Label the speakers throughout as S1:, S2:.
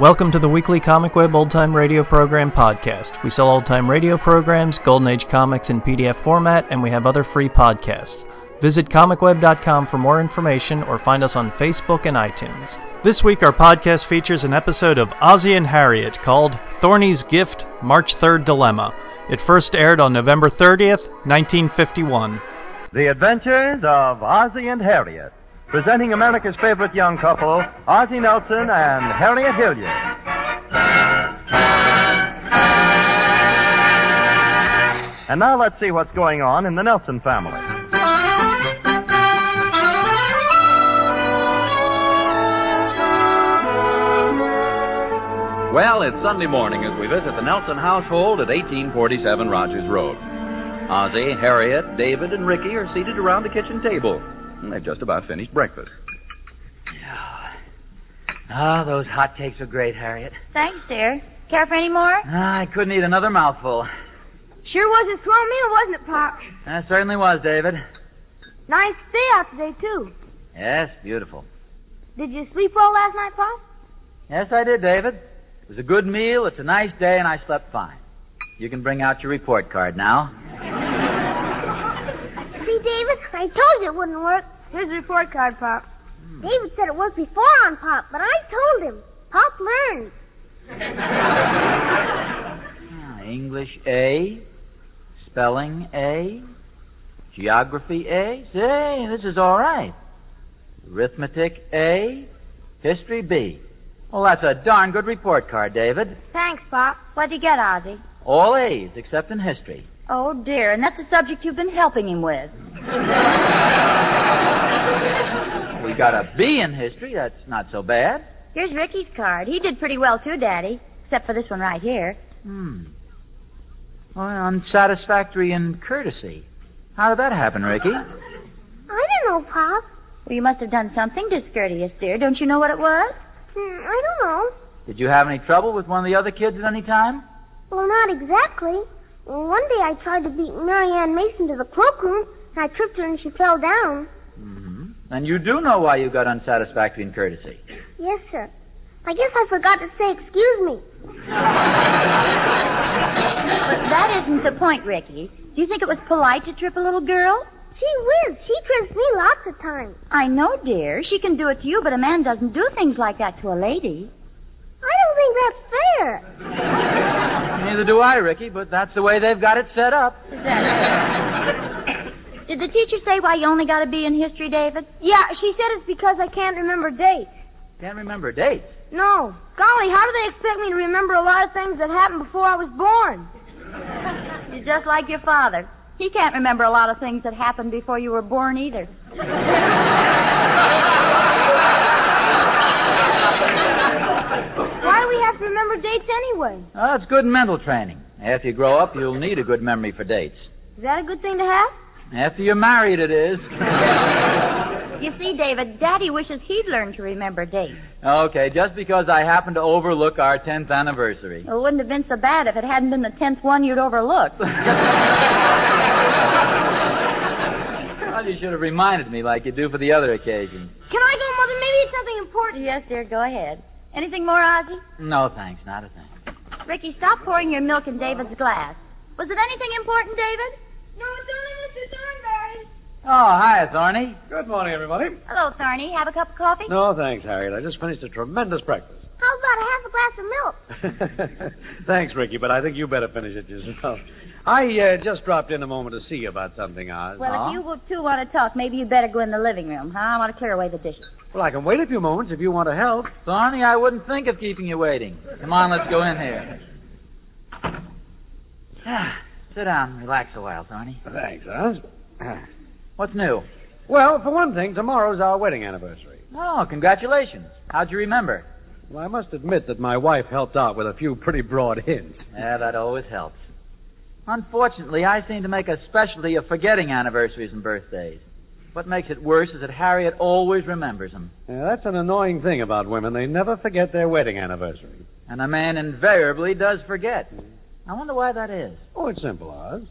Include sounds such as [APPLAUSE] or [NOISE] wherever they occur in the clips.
S1: Welcome to the weekly Comic Web Old Time Radio Program podcast. We sell old time radio programs, Golden Age comics in PDF format, and we have other free podcasts. Visit comicweb.com for more information or find us on Facebook and iTunes. This week, our podcast features an episode of Ozzy and Harriet called Thorny's Gift March 3rd Dilemma. It first aired on November 30th, 1951.
S2: The Adventures of Ozzie and Harriet. Presenting America's favorite young couple, Ozzie Nelson and Harriet Hilliard. And now let's see what's going on in the Nelson family.
S3: Well, it's Sunday morning as we visit the Nelson household at 1847 Rogers Road. Ozzie, Harriet, David, and Ricky are seated around the kitchen table. And They've just about finished breakfast.
S4: Oh, those hot cakes are great, Harriet.
S5: Thanks, dear. Care for any more?
S4: Ah, I couldn't eat another mouthful.
S5: Sure was a swell meal, wasn't it, Pop?
S4: That certainly was, David.
S5: Nice day out today, too.
S4: Yes, beautiful.
S5: Did you sleep well last night, Pop?
S4: Yes, I did, David. It was a good meal, it's a nice day, and I slept fine. You can bring out your report card now.
S5: See, David, I told you it wouldn't work. Here's the report card, Pop. David said it worked before on Pop, but I told him. Pop learned.
S4: Ah, English A, spelling A, geography A. Say, this is all right. Arithmetic A, history B. Well, that's a darn good report card, David.
S5: Thanks, Pop. What'd you get, Ozzy?
S4: All A's except in history.
S5: Oh, dear, and that's a subject you've been helping him with.
S4: We got a B in history. That's not so bad.
S5: Here's Ricky's card. He did pretty well, too, Daddy. Except for this one right here.
S4: Hmm. Well, unsatisfactory in courtesy. How did that happen, Ricky?
S5: I don't know, Pop. Well, you must have done something discourteous, dear. Don't you know what it was? Hmm, I don't know.
S4: Did you have any trouble with one of the other kids at any time?
S5: Well, not exactly. One day I tried to beat Mary Ann Mason to the cloakroom, and I tripped her and she fell down.
S4: Mm-hmm. And you do know why you got unsatisfactory in courtesy.
S5: Yes, sir. I guess I forgot to say excuse me. but that isn't the point, Ricky. Do you think it was polite to trip a little girl? She whiz. She trips me lots of times. I know, dear. She can do it to you, but a man doesn't do things like that to a lady. I don't think that's fair.
S4: Neither do I, Ricky, but that's the way they've got it set up.
S5: Did the teacher say why you only got a B in history, David? Yeah, she said it's because I can't remember dates.
S4: Can't remember dates.
S5: No. Golly, how do they expect me to remember a lot of things that happened before I was born? You're just like your father. He can't remember a lot of things that happened before you were born either. Why do we have to remember dates anyway?
S4: Oh, it's good mental training. After you grow up, you'll need a good memory for dates.
S5: Is that a good thing to have?
S4: After you're married, it is.
S5: You see, David, Daddy wishes he'd learned to remember dates.
S4: okay, just because I happened to overlook our 10th anniversary.
S5: It wouldn't have been so bad if it hadn't been the tenth one you'd overlooked.
S4: Well, you should have reminded me like you do for the other occasion.
S5: Can I go, Mother? Maybe it's something important. Yes, dear, go ahead. Anything more, Ozzy?
S4: No, thanks, not a thing.
S5: Ricky, stop pouring your milk in David's glass. Was it anything important, David? No, it's only Mr. Thornberry.
S4: Oh, hi, Thorny.
S6: Good morning, everybody.
S5: Hello, Thorny. Have a cup of coffee?
S6: No, thanks, Harriet. I just finished a tremendous breakfast. [LAUGHS]
S5: How about a half a glass of milk?
S6: thanks, Ricky, but I think you better finish it yourself. I uh, just dropped in a moment to see you about something, Oz.
S5: Well,
S4: Huh?
S5: if you will- two want to talk, maybe you'd better go in the living room, huh? I want to clear away the dishes.
S6: Well, I can wait a few moments if you want to help.
S4: Thorny, I wouldn't think of keeping you waiting. Come on, let's go in here. [SIGHS] Ah, Sit down and relax a while, Thorny.
S6: Thanks, Oz.
S4: What's new?
S6: Well, for one thing, tomorrow's our wedding anniversary.
S4: Oh, congratulations. How'd you remember?
S6: Well, I must admit that my wife helped out with a few pretty broad hints.
S4: Yeah, that always helps. Unfortunately, I seem to make a specialty of forgetting anniversaries and birthdays. What makes it worse is that Harriet always remembers them,
S6: Yeah, that's an annoying thing about women. They never forget their wedding anniversary.
S4: and a man invariably does forget. I wonder why that is.
S6: Oh, it's simple, Oz.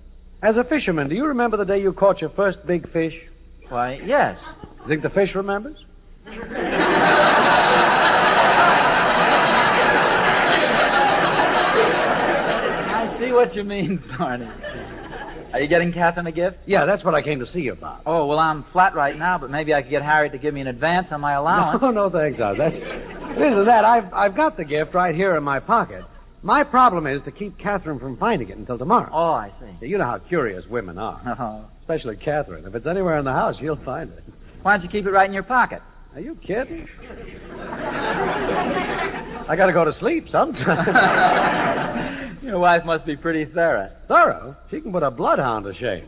S6: As a fisherman, do you remember the day you caught your first big fish?
S4: Why, yes.
S6: You think the fish remembers?
S4: what you mean, [LAUGHS] Barney. Are you getting Catherine a gift?
S6: Yeah, that's what I came to see you about.
S4: Oh, well, I'm flat right now, but maybe I could get Harriet to give me an advance on my allowance.
S6: [LAUGHS] No, no, thanks, Oz. That's listen to that. I've I've got the gift right here in my pocket. My problem is to keep Catherine from finding it until tomorrow.
S4: Oh, I see.
S6: You know how curious women are,
S4: Oh.
S6: especially Catherine. If it's anywhere in the house, she'll find it.
S4: Why don't you keep it right in your pocket?
S6: Are you [LAUGHS] kidding? I gotta go to sleep [LAUGHS] sometime.
S4: [LAUGHS] Your wife must be pretty thorough.
S6: Thorough. She can put a bloodhound to shame.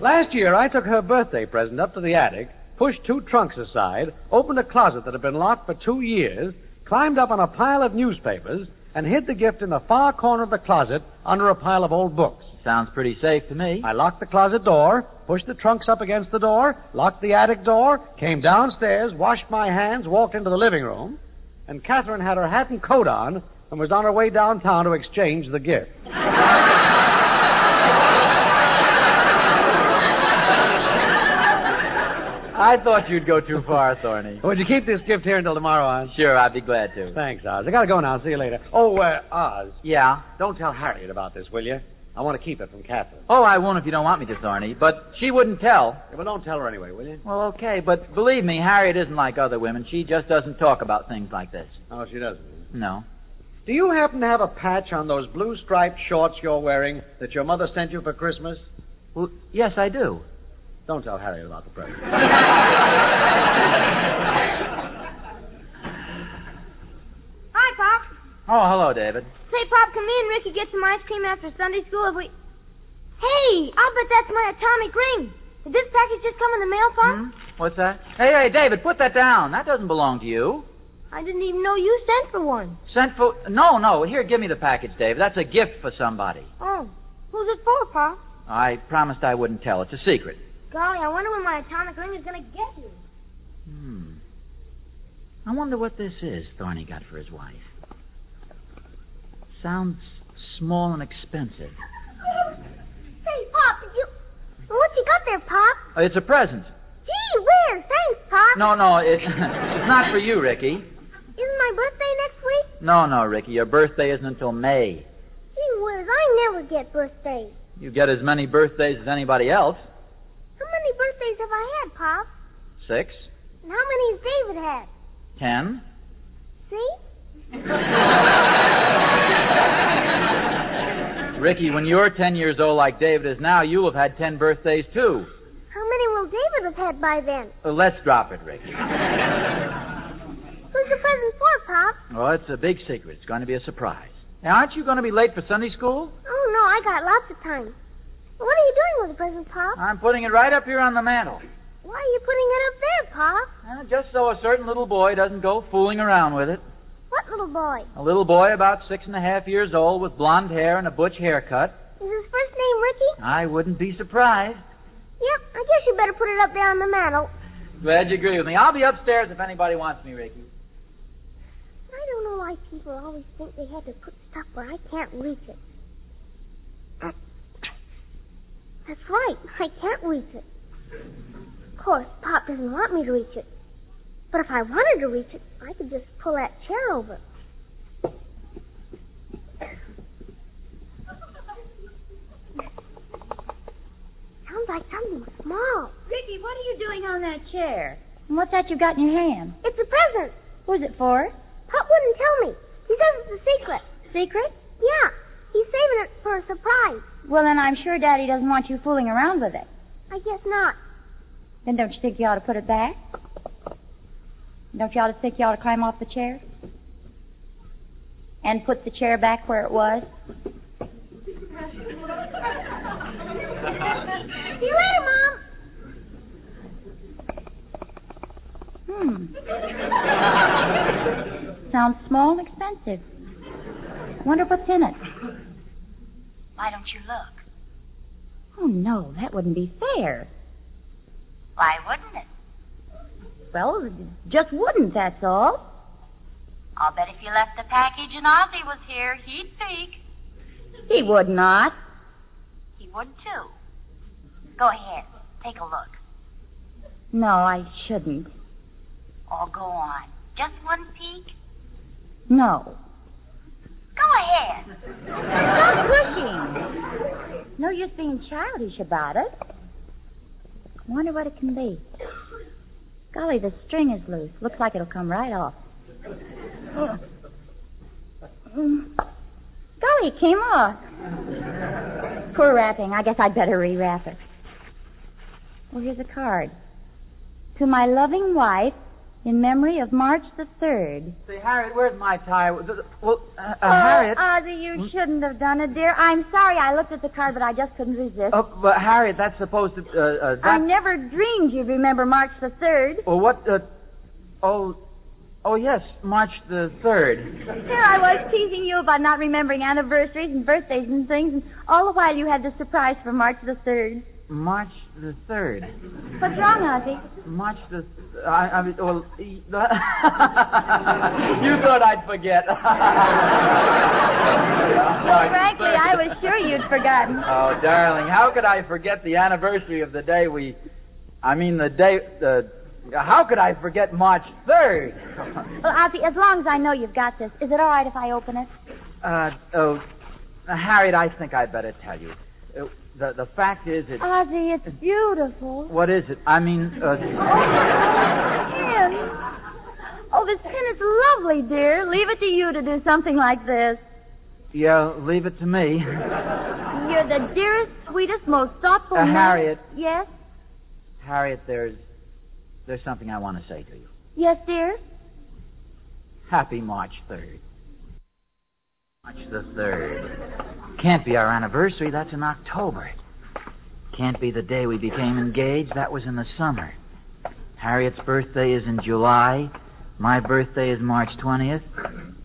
S6: Last year, I took her birthday present up to the attic, pushed two trunks aside, opened a closet that had been locked for two years, climbed up on a pile of newspapers, and hid the gift in the far corner of the closet under a pile of old books.
S4: Sounds pretty safe to me.
S6: I locked the closet door, pushed the trunks up against the door, locked the attic door, came downstairs, washed my hands, walked into the living room, and Catherine had her hat and coat on and was on her way downtown to exchange the gift.
S4: I thought you'd go too far, Thorny.
S6: Would you keep this gift here until tomorrow, Oz?
S4: [LAUGHS] Sure, I'd be glad to.
S6: Thanks, Oz. I gotta go now. See you later. Oh, uh, Oz,
S4: Yeah.
S6: don't tell Harriet about this, will you? I want to keep it from Catherine.
S4: Oh, I won't if you don't want me to, Thorny. But she wouldn't tell.
S6: Yeah, but don't tell her anyway, will you?
S4: Well, okay, but believe me, Harriet isn't like other women. She just doesn't talk about things like this.
S6: No, she doesn't.
S4: No.
S6: Do you happen to have a patch on those blue striped shorts you're wearing that your mother sent you for Christmas?
S4: Well, yes, I do.
S6: Don't tell Harriet about the present.
S7: Hi, Pop.
S4: Oh, hello, David.
S7: Say, Pop, can me and Ricky get some ice cream after Sunday school if we... Hey, I'll bet that's my atomic ring. Did this package just come in the mail, Pop?
S4: What's that? Hey, hey, David, put that down. That doesn't belong to you.
S7: I didn't even know you sent for one.
S4: Sent for. No, no. Here, give me the package, David. That's a gift for somebody.
S7: Oh, who's it for, Pop?
S4: I promised I wouldn't tell. It's a secret.
S7: Golly, I wonder when my atomic ring is going to get you.
S4: Hmm. I wonder what this is Thorny got for his wife. Sounds small and expensive.
S7: Say, Pop, you... What you got there, Pop?
S4: Uh, It's a present.
S7: Gee whiz, thanks, Pop.
S4: No, no, it, [LAUGHS] it's not for you, Ricky.
S7: Isn't my birthday next week?
S4: No, no, Ricky. Your birthday isn't until May.
S7: Gee whiz, I never get birthdays.
S4: You get as many birthdays as anybody else.
S7: How many birthdays have I had, Pop?
S4: Six,
S7: And how many has David had?
S4: ten.
S7: See?
S4: Ricky, when you're ten years old like David is now, you'll have had ten birthdays too.
S7: How many will David have had by then?
S4: Uh, let's drop it, Ricky.
S7: Who's the present for, Pop?
S4: Oh, it's a big secret. It's going to be a surprise. Now, aren't you going to be late for Sunday school?
S7: Oh, no, I got lots of time. What are you doing with the present, Pop?
S4: I'm putting it right up here on the mantel.
S7: Why are you putting it up there, Pop?
S4: Uh, just so a certain little boy doesn't go fooling around with it.
S7: What little boy?
S4: A little boy about six and a half years old with blonde hair and a butch haircut.
S7: Is his first name Ricky?
S4: I wouldn't be surprised.
S7: Yep, I guess you better put it up there on the mantel.
S4: Glad you agree with me. I'll be upstairs if anybody wants me, Ricky.
S7: I don't know why people always think they had to put stuff where I can't reach it. That's right, I can't reach it. Of course, Pop doesn't want me to reach it. But if I wanted to reach it, I could just pull that chair over. Sounds like something small.
S5: Ricky, what are you doing on that chair? And what's that you've got in your hand?
S7: It's a present.
S5: Who's it for?
S7: Pop wouldn't tell me. He says it's a secret.
S5: Secret?
S7: Yeah, he's saving it for a surprise.
S5: Well, then I'm sure Daddy doesn't want you fooling around with it.
S7: I guess not.
S5: Then don't you think you ought to put it back? Don't you ought to think you ought to climb off the chair? And put the chair back where it was?
S7: See you later, Mom.
S5: Hmm. Sounds small and expensive. Wonder what's in it. Why don't you look? Oh, no, that wouldn't be fair. Why wouldn't it? Well, it just wouldn't, that's all. I'll bet if you left the package and Ozzy was here, he'd peek. He would not. He would, too. Go ahead. Take a look. No, I shouldn't.
S8: Oh, go on. Just one peek?
S5: No.
S8: Go
S7: ahead.
S5: Stop pushing. No use being childish about it. Wonder what it can be. Golly, the string is loose. Looks like it'll come right off. Oh. Mm. Golly, it came off. Poor wrapping. I guess I'd better rewrap it. Well, here's a card. To my loving wife, in memory of March the 3rd.
S4: Say, Harriet, where's my tie? Well, uh, uh,
S5: oh,
S4: Harriet.
S5: Ozzy, you shouldn't have done it, dear. I'm sorry I looked at the card, but I just couldn't resist.
S4: Oh, but Harriet, that's supposed to. Uh, uh, that,
S5: I never dreamed you'd remember March the 3rd.
S4: Well, what? Uh, oh, oh yes, March the third.
S5: Here I was teasing you about not remembering anniversaries and birthdays and things, and all the while you had the surprise for March the 3rd.
S4: March the third.
S5: What's wrong, Ozzy?
S4: March the. I, I mean, well, e, [LAUGHS] you thought I'd forget. [LAUGHS]
S5: Well, frankly, I was sure you'd forgotten.
S4: Oh, darling, how could I forget the anniversary of the day we. I mean, the day. The, how could I forget March 3rd?
S5: Well, Ozzy, as long as I know you've got this, is it all right if I open it?
S4: [LAUGHS] Uh, oh, Harriet, I think I'd better tell you. Uh, the, the fact is, it.
S5: Ozzy, it's beautiful.
S4: What is it? I mean, uh,
S5: Ken. Oh, this pin is lovely, dear. Leave it to you to do something like this.
S4: yeah, leave it to me. [LAUGHS]
S5: You're the dearest, sweetest, most thoughtful
S4: Uh,
S5: man-
S4: Harriet.
S5: Yes?
S4: Harriet, there's. There's something I want to say to you.
S5: Yes, dear?
S4: Happy March 3rd. March the 3rd. Can't be our anniversary. That's in October. Can't be the day we became engaged. That was in the summer. Harriet's birthday is in July. My birthday is March 20th.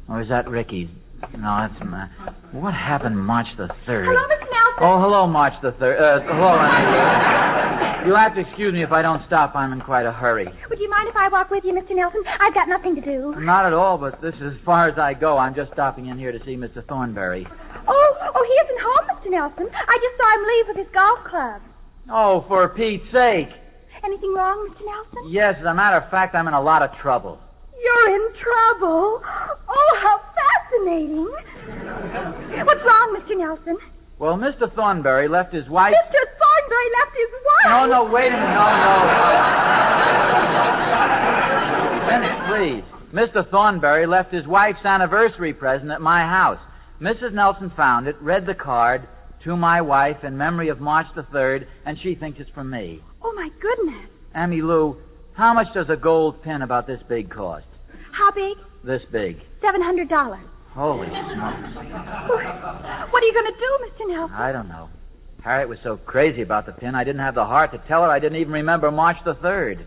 S4: Or is that Ricky's? No, that's my. What happened March the 3rd?
S5: Hello, Miss Nelson.
S4: Oh, hello, March the 3rd. Uh, hello, Anita. You'll have to excuse me if I don't stop. I'm in quite a hurry.
S7: Would you mind if I walk with you, Mr. Nelson? I've got nothing to do.
S4: Not at all, but this is as far as I go. I'm just stopping in here to see Mr. Thornberry.
S7: Oh, oh, he isn't home, Mr. Nelson. I just saw him leave with his golf club.
S4: Oh, for Pete's sake.
S7: Anything wrong, Mr. Nelson?
S4: Yes, as a matter of fact, I'm in a lot of trouble.
S7: You're in trouble. Oh, how fascinating. What's wrong, Mr. Nelson?
S4: Well, Mr. Thornberry left his wife.
S7: Mr. Thornberry left his wife.
S4: No, no, wait a minute. No, no. Minute, please. Mr. Thornberry left his wife's anniversary present at my house. Mrs. Nelson found it, read the card to my wife in memory of March the 3rd, and she thinks it's from me.
S7: Oh, my goodness.
S4: Amy Lou, how much does a gold pin about this big cost?
S7: How big?
S4: This big.
S7: $700.
S4: Holy smokes.
S7: Oh. What are you going to do, Mr. Nelson?
S4: I don't know. Harriet was so crazy about the pin, I didn't have the heart to tell her I didn't even remember March the 3rd.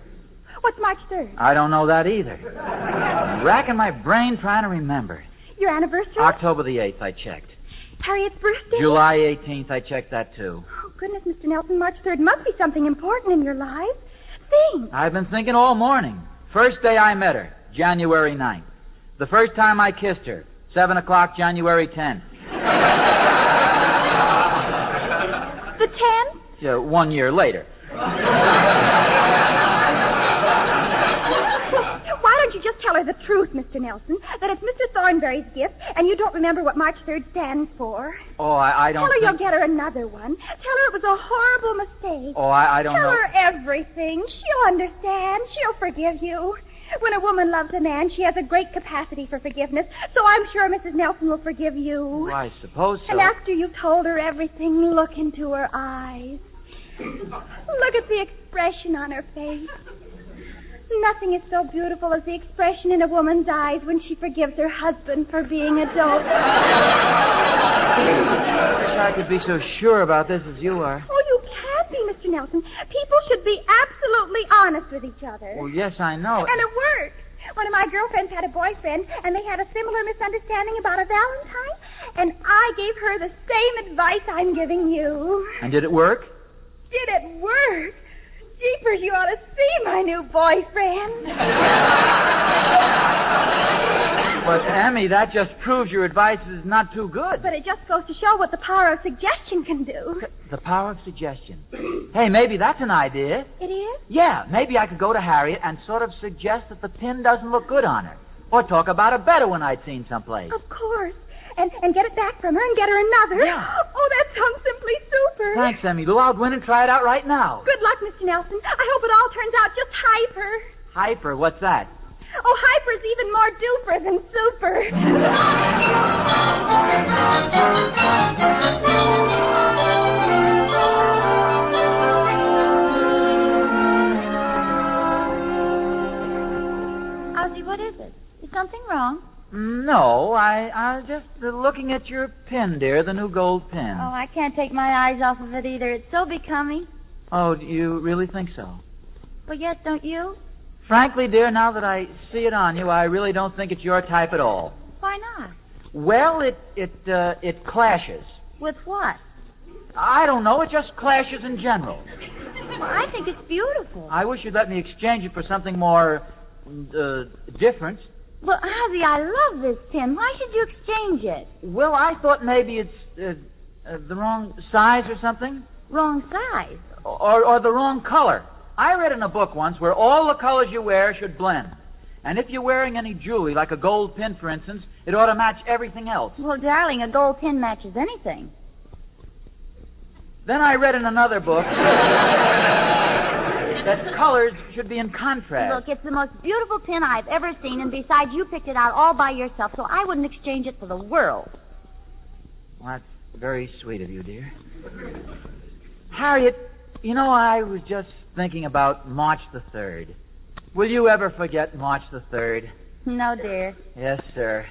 S7: What's March 3rd?
S4: I don't know that either. I'm racking my brain trying to remember.
S7: Your anniversary?
S4: October the 8th, I checked.
S7: Harriet's birthday?
S4: July 18th, I checked that too.
S7: Oh, goodness, Mr. Nelson, March 3rd must be something important in your life. Think.
S4: I've been thinking all morning. First day I met her, January 9th. The first time I kissed her, 7 o'clock, January 10th.
S7: The 10th?
S4: Yeah, one year later.
S7: Why don't you just tell her the truth, Mr. Nelson, that it's Mr. Thornberry's gift and you don't remember what March 3rd stands for?
S4: Oh, I, I don't
S7: Tell her
S4: think...
S7: you'll get her another one. Tell her it was a horrible mistake.
S4: Oh, I, I don't
S7: tell
S4: know.
S7: her everything. She'll understand. She'll forgive you. When a woman loves a man, she has a great capacity for forgiveness, so I'm sure Mrs. Nelson will forgive you.
S4: Well, Oh, I suppose so.
S7: And after you've told her everything, look into her eyes. Look at the expression on her face. Nothing is so beautiful as the expression in a woman's eyes when she forgives her husband for being a dope.
S4: I wish I could be so sure about this as you are.
S7: Oh, you can't be, Mr. Nelson. People should be absolutely honest with each other.
S4: Well, yes, I know.
S7: And it worked. One of my girlfriends had a boyfriend, and they had a similar misunderstanding about a Valentine, and I gave her the same advice I'm giving you.
S4: And did it work?
S7: Did it work? Jeepers, you ought to see my new boyfriend.
S4: But, Emmy, that just proves your advice is not too good.
S7: But it just goes to show what the power of suggestion can do.
S4: The power of suggestion. hey, maybe that's an idea.
S7: It is?
S4: Yeah, maybe I could go to Harriet and sort of suggest that the pin doesn't look good on her. Or talk about a better one I'd seen someplace.
S7: Of course. and, and get it back from her and get her another.
S4: Yeah.
S7: Oh, that sounds simply super.
S4: Thanks, Emmy Lou. I'll go in and try it out right now.
S7: Good luck, Mr. Nelson. I hope it all turns out just hyper.
S4: Hyper, what's that?
S7: Oh, hyper's even more duper than super.
S5: Ozzy, what is it? Is something wrong?
S4: No, I, I was just uh, looking at your pin, dear, the new gold pin.
S5: Oh, I can't take my eyes off of it either. It's so becoming.
S4: Oh, do you really think so?
S5: But yet, don't you?
S4: Frankly, dear, now that I see it on you, I really don't think it's your type at all.
S5: Why not?
S4: Well, it it uh, it clashes.
S5: With what?
S4: I don't know. It just clashes in general.
S5: Well, I think it's beautiful.
S4: I wish you'd let me exchange it for something more uh, different.
S5: Well, Ozzy, I love this pin. Why should you exchange it?
S4: Well, I thought maybe it's uh, uh, the wrong size or something,
S5: Wrong size.
S4: or or the wrong color. I read in a book once where all the colors you wear should blend. And if you're wearing any jewelry, like a gold pin, for instance, it ought to match everything else.
S5: Well, darling, a gold pin matches anything.
S4: Then I read in another book that colors should be in contrast.
S5: Look, it's the most beautiful pin I've ever seen, and besides, you picked it out all by yourself, so I wouldn't exchange it for the world.
S4: Well, that's very sweet of you, dear. Harriet, you know, I was just thinking about March the 3rd. Will you ever forget March the 3rd?
S5: No, dear.
S4: Yes, sir.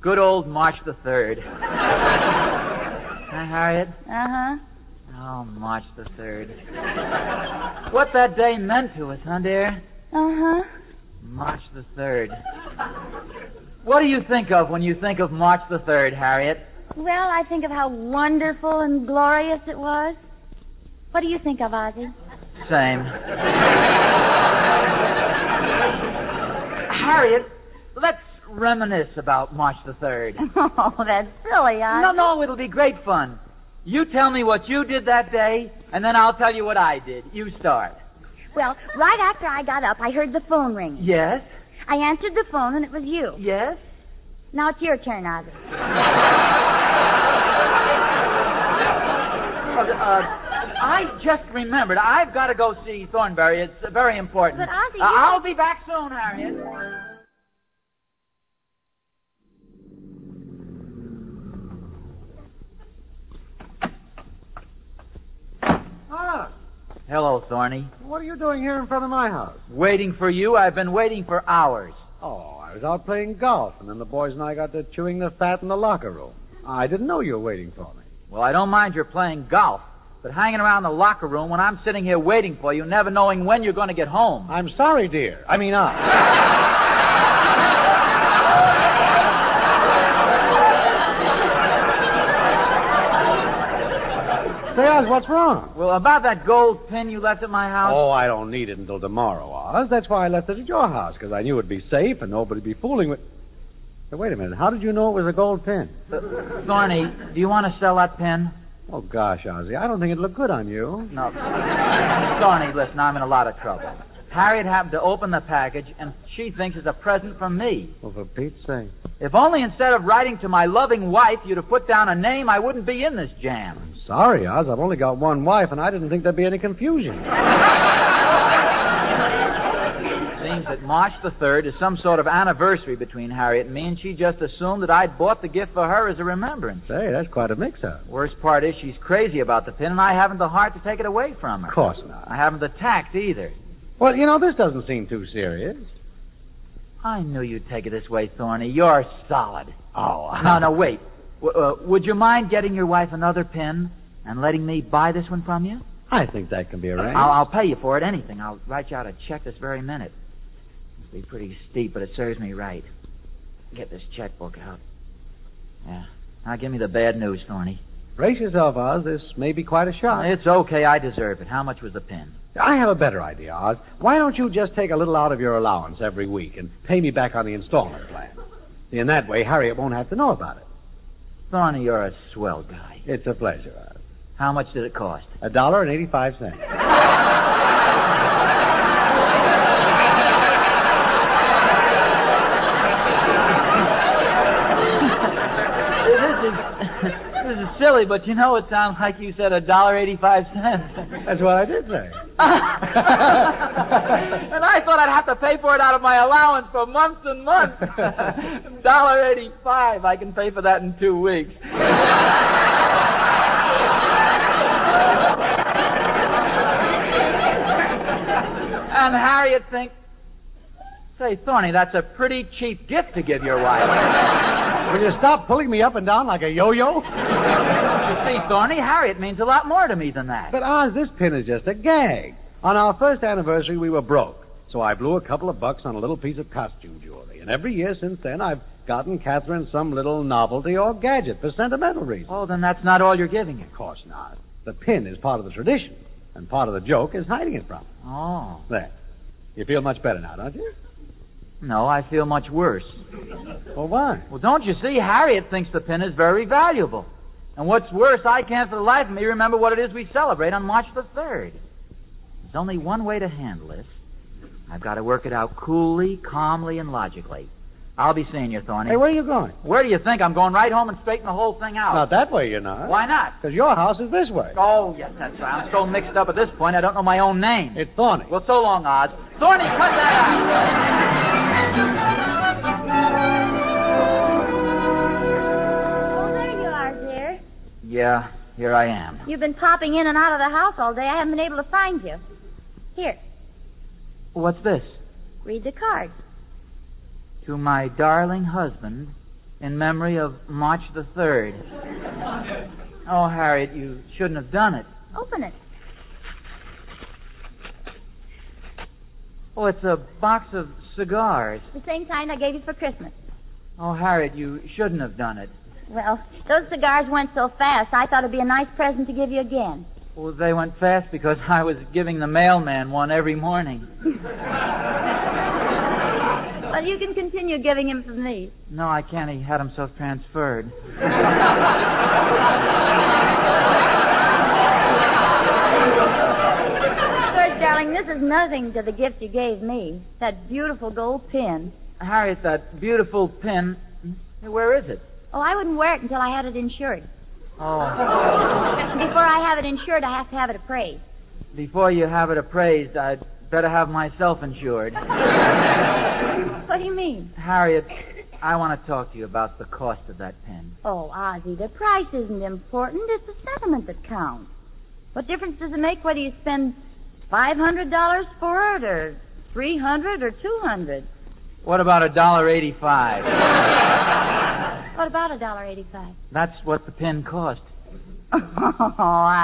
S4: Good old March the 3rd. Hi, Harriet.
S5: Uh huh.
S4: Oh, March the 3rd. what that day meant to us, huh, dear?
S5: Uh huh.
S4: March the 3rd. What do you think of when you think of March the 3rd, Harriet?
S5: Well, I think of how wonderful and glorious it was. What do you think of, Ozzy?
S4: Same. Harriet, let's reminisce about March the 3rd.
S5: [LAUGHS] Oh, that's silly, Ozzy.
S4: No, no, it'll be great fun. You tell me what you did that day, and then I'll tell you what I did. You start.
S5: Well, right after I got up, I heard the phone ring.
S4: Yes?
S5: I answered the phone, and it was you.
S4: Yes?
S5: Now it's your turn, Ozzy.
S4: Uh, I just remembered. I've got to go see Thornberry. It's uh, very important.
S5: But, Ozzie,
S4: Uh,
S5: you-
S4: I'll be back soon, Harriet.
S6: Ah,
S4: Hello, Thorny.
S6: what are you doing here in front of my house?
S4: Waiting for you. I've been waiting for hours.
S6: Oh, I was out playing golf, and then the boys and I got to chewing the fat in the locker room. I didn't know you were waiting for me.
S4: Well, I don't mind your playing golf, but hanging around the locker room when I'm sitting here waiting for you, never knowing when you're going to get home.
S6: I'm sorry, dear. I mean, I. Say, Oz, what's wrong?
S4: Well, about that gold pin you left at my house.
S6: Oh, I don't need it until tomorrow, Oz. That's why I left it at your house, because I knew it'd be safe and nobody'd be fooling with. But wait a minute. How did you know it was a gold pin?
S4: Thorny, do you want to sell that pin?
S6: Oh, gosh, Ozzy, I don't think it'd look good on you.
S4: No. Thorny, listen, I'm in a lot of trouble. Harriet happened to open the package, and she thinks it's a present from me.
S6: Well, for Pete's sake.
S4: If only instead of writing to my loving wife, you'd have put down a name, I wouldn't be in this jam.
S6: Sorry, Oz. I've only got one wife, and I didn't think there'd be any confusion.
S4: Seems that March the 3rd is some sort of anniversary between Harriet and me, and she just assumed that I'd bought the gift for her as a remembrance.
S6: Say, that's quite a mix-up.
S4: Worst part is she's crazy about the pin, and I haven't the heart to take it away from her.
S6: Of course not.
S4: I haven't the tact either.
S6: Well, you know, this doesn't seem too serious.
S4: I knew you'd take it this way, Thorny. You're solid.
S6: [LAUGHS] Oh,
S4: Now, now, wait. W- uh, would you mind getting your wife another pin and letting me buy this one from you?
S6: I think that can be arranged.
S4: I'll, I'll pay you for it, anything. I'll write you out a check this very minute. Must be pretty steep, but it serves me right. Get this checkbook out. Yeah. Now give me the bad news, Thorny.
S6: Brace yourself, Oz. This may be quite a shock.
S4: It's okay. I deserve it. How much was the pin?
S6: I have a better idea, Oz. Why don't you just take a little out of your allowance every week and pay me back on the installment plan? See, In that way, Harriet won't have to know about it.
S4: Thorny, you're a swell guy.
S6: It's a pleasure, Oz.
S4: How much did it cost?
S6: A dollar and eighty-five cents.
S4: [LAUGHS] sounds silly, but you know it sounds like you said a dollar eighty-five cents. [LAUGHS]
S6: That's what I did say.
S4: and I thought I'd have to pay for it out of my allowance for months and months. Dollar eighty-five. I can pay for that in two weeks. [LAUGHS] and Harriet thinks, "Say, Thorny, that's a pretty cheap gift to give your wife."
S6: Will you stop pulling me up and down like a yo-yo?
S4: you see, Thorny, Harriet means a lot more to me than that.
S6: But Oz, this pin is just a gag. On our first anniversary, we were broke, so I blew a couple of bucks on a little piece of costume jewelry. And every year since then, I've gotten Catherine some little novelty or gadget for sentimental reasons.
S4: oh, then that's not all you're giving her.
S6: Of course not. The pin is part of the tradition, and part of the joke is hiding it from.
S4: Oh.
S6: There. You feel much better now, don't you?
S4: No, I feel much worse.
S6: Well, why?
S4: Well, don't you see? Harriet thinks the pin is very valuable. And what's worse, I can't for the life of me remember what it is we celebrate on March the 3rd. There's only one way to handle this. I've got to work it out coolly, calmly, and logically. I'll be seeing you, Thorny.
S6: Hey, where are you going?
S4: Where do you think? I'm going right home and straighten the whole thing out.
S6: Not that way, you're not.
S4: Oh. Why not?
S6: Because your house is this way.
S4: Oh, yes, that's right. I'm so mixed up at this point, I don't know my own name.
S6: It's thorny.
S4: Well, so long, Oz. Thorny, cut that out!
S7: Oh, there you are, dear.
S4: Yeah, here I am.
S5: You've been popping in and out of the house all day. I haven't been able to find you. Here,
S4: What's this?
S5: read the card.
S4: To my darling husband, in memory of March the 3rd. Oh, Harriet, you shouldn't have done it.
S5: Open it.
S4: Oh, it's a box of cigars.
S5: The same kind I gave you for Christmas.
S4: Oh, Harriet, you shouldn't have done it.
S5: Well, those cigars went so fast, I thought it'd be a nice present to give you again.
S4: Well, Oh, they went fast because [LAUGHS] I was giving the mailman one every morning.
S5: Well, you can continue giving him from these.
S4: No, I can't. He had himself transferred.
S5: First, darling, this is nothing to the gift you gave me. That beautiful gold pin.
S4: Harriet, that beautiful pin. Hey, Where is it?
S5: Oh, I wouldn't wear it until I had it insured.
S4: Oh,
S5: Before I have it insured, I have to have it appraised.
S4: before you have it appraised, I'd better have myself insured.
S5: What do you mean?
S4: Harriet, I want to talk to you about the cost of that pin.
S5: Oh, Ozzy, the price isn't important. It's the sentiment that counts. What difference does it make whether you spend five hundred dollars for it or three hundred or two hundred?
S4: What about a dollar eighty-five?
S5: What about a dollar eighty-five?
S4: That's what the pin cost. [LAUGHS]
S5: Oh,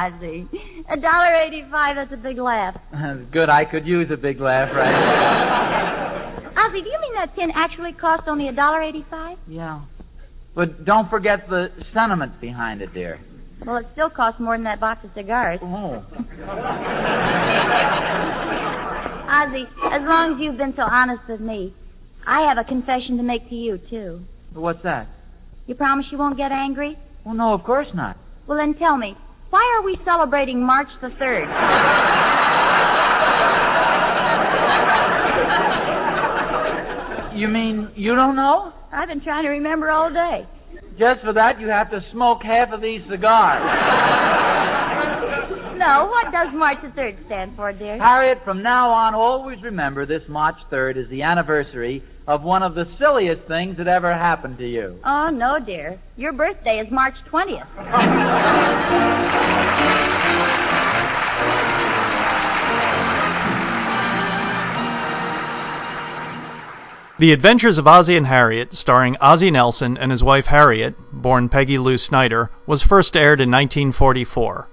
S5: Ozzy, a dollar eighty-five. That's a big laugh.
S4: Good, I could use a big laugh, right?
S5: Ozzy, do you mean that pin actually cost only a dollar eighty-five?
S4: yeah. But don't forget the sentiment behind it, dear.
S5: Well, it still costs more than that box of cigars.
S4: Oh.
S5: Ozzy, as long as you've been so honest with me, I have a confession to make to you too.
S4: What's that?
S5: You promise you won't get angry?
S4: Well, no, of course not.
S5: Well, then tell me, why are we celebrating March the 3rd?
S4: You mean you don't know?
S5: I've been trying to remember all day.
S4: Just for that, you have to smoke half of these cigars.
S5: No, what does March the 3rd stand for, dear?
S4: Harriet, from now on, always remember this March 3rd is the anniversary of one of the silliest things that ever happened to you.
S5: Oh, no, dear. Your birthday is March 20th.
S1: The Adventures of Ozzie and Harriet, starring Ozzie Nelson and his wife Harriet, born Peggy Lou Snyder, was first aired in 1944.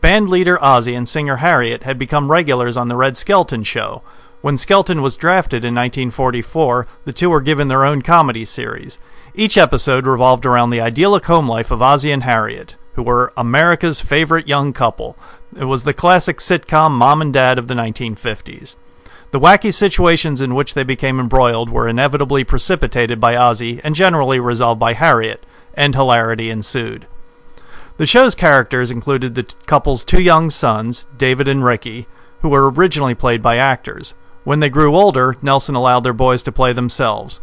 S1: Band leader Ozzie and singer Harriet had become regulars on The Red Skelton Show. When Skelton was drafted in 1944, the two were given their own comedy series. Each episode revolved around the idyllic home life of Ozzie and Harriet, who were America's favorite young couple. It was the classic sitcom Mom and Dad of the 1950s. The wacky situations in which they became embroiled were inevitably precipitated by Ozzy and generally resolved by Harriet, and hilarity ensued. The show's characters included the t- couple's two young sons, David and Ricky, who were originally played by actors. When they grew older, Nelson allowed their boys to play themselves.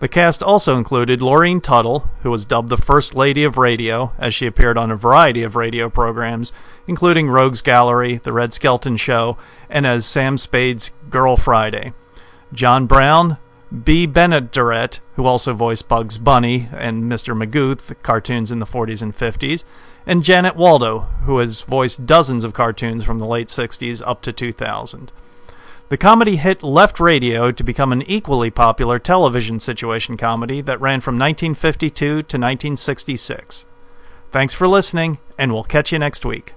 S1: The cast also included Laureen Tuttle, who was dubbed the First Lady of Radio, as she appeared on a variety of radio programs, including Rogues Gallery, The Red Skelton Show, and as Sam Spade's Girl Friday. John Brown, B. Bennett Durrett, who also voiced Bugs Bunny and Mr. Magoo, the cartoons in the 40s and 50s, and Janet Waldo, who has voiced dozens of cartoons from the late 60s up to 2000. The comedy hit left radio to become an equally popular television situation comedy that ran from 1952 to 1966. Thanks for listening, and we'll catch you next week.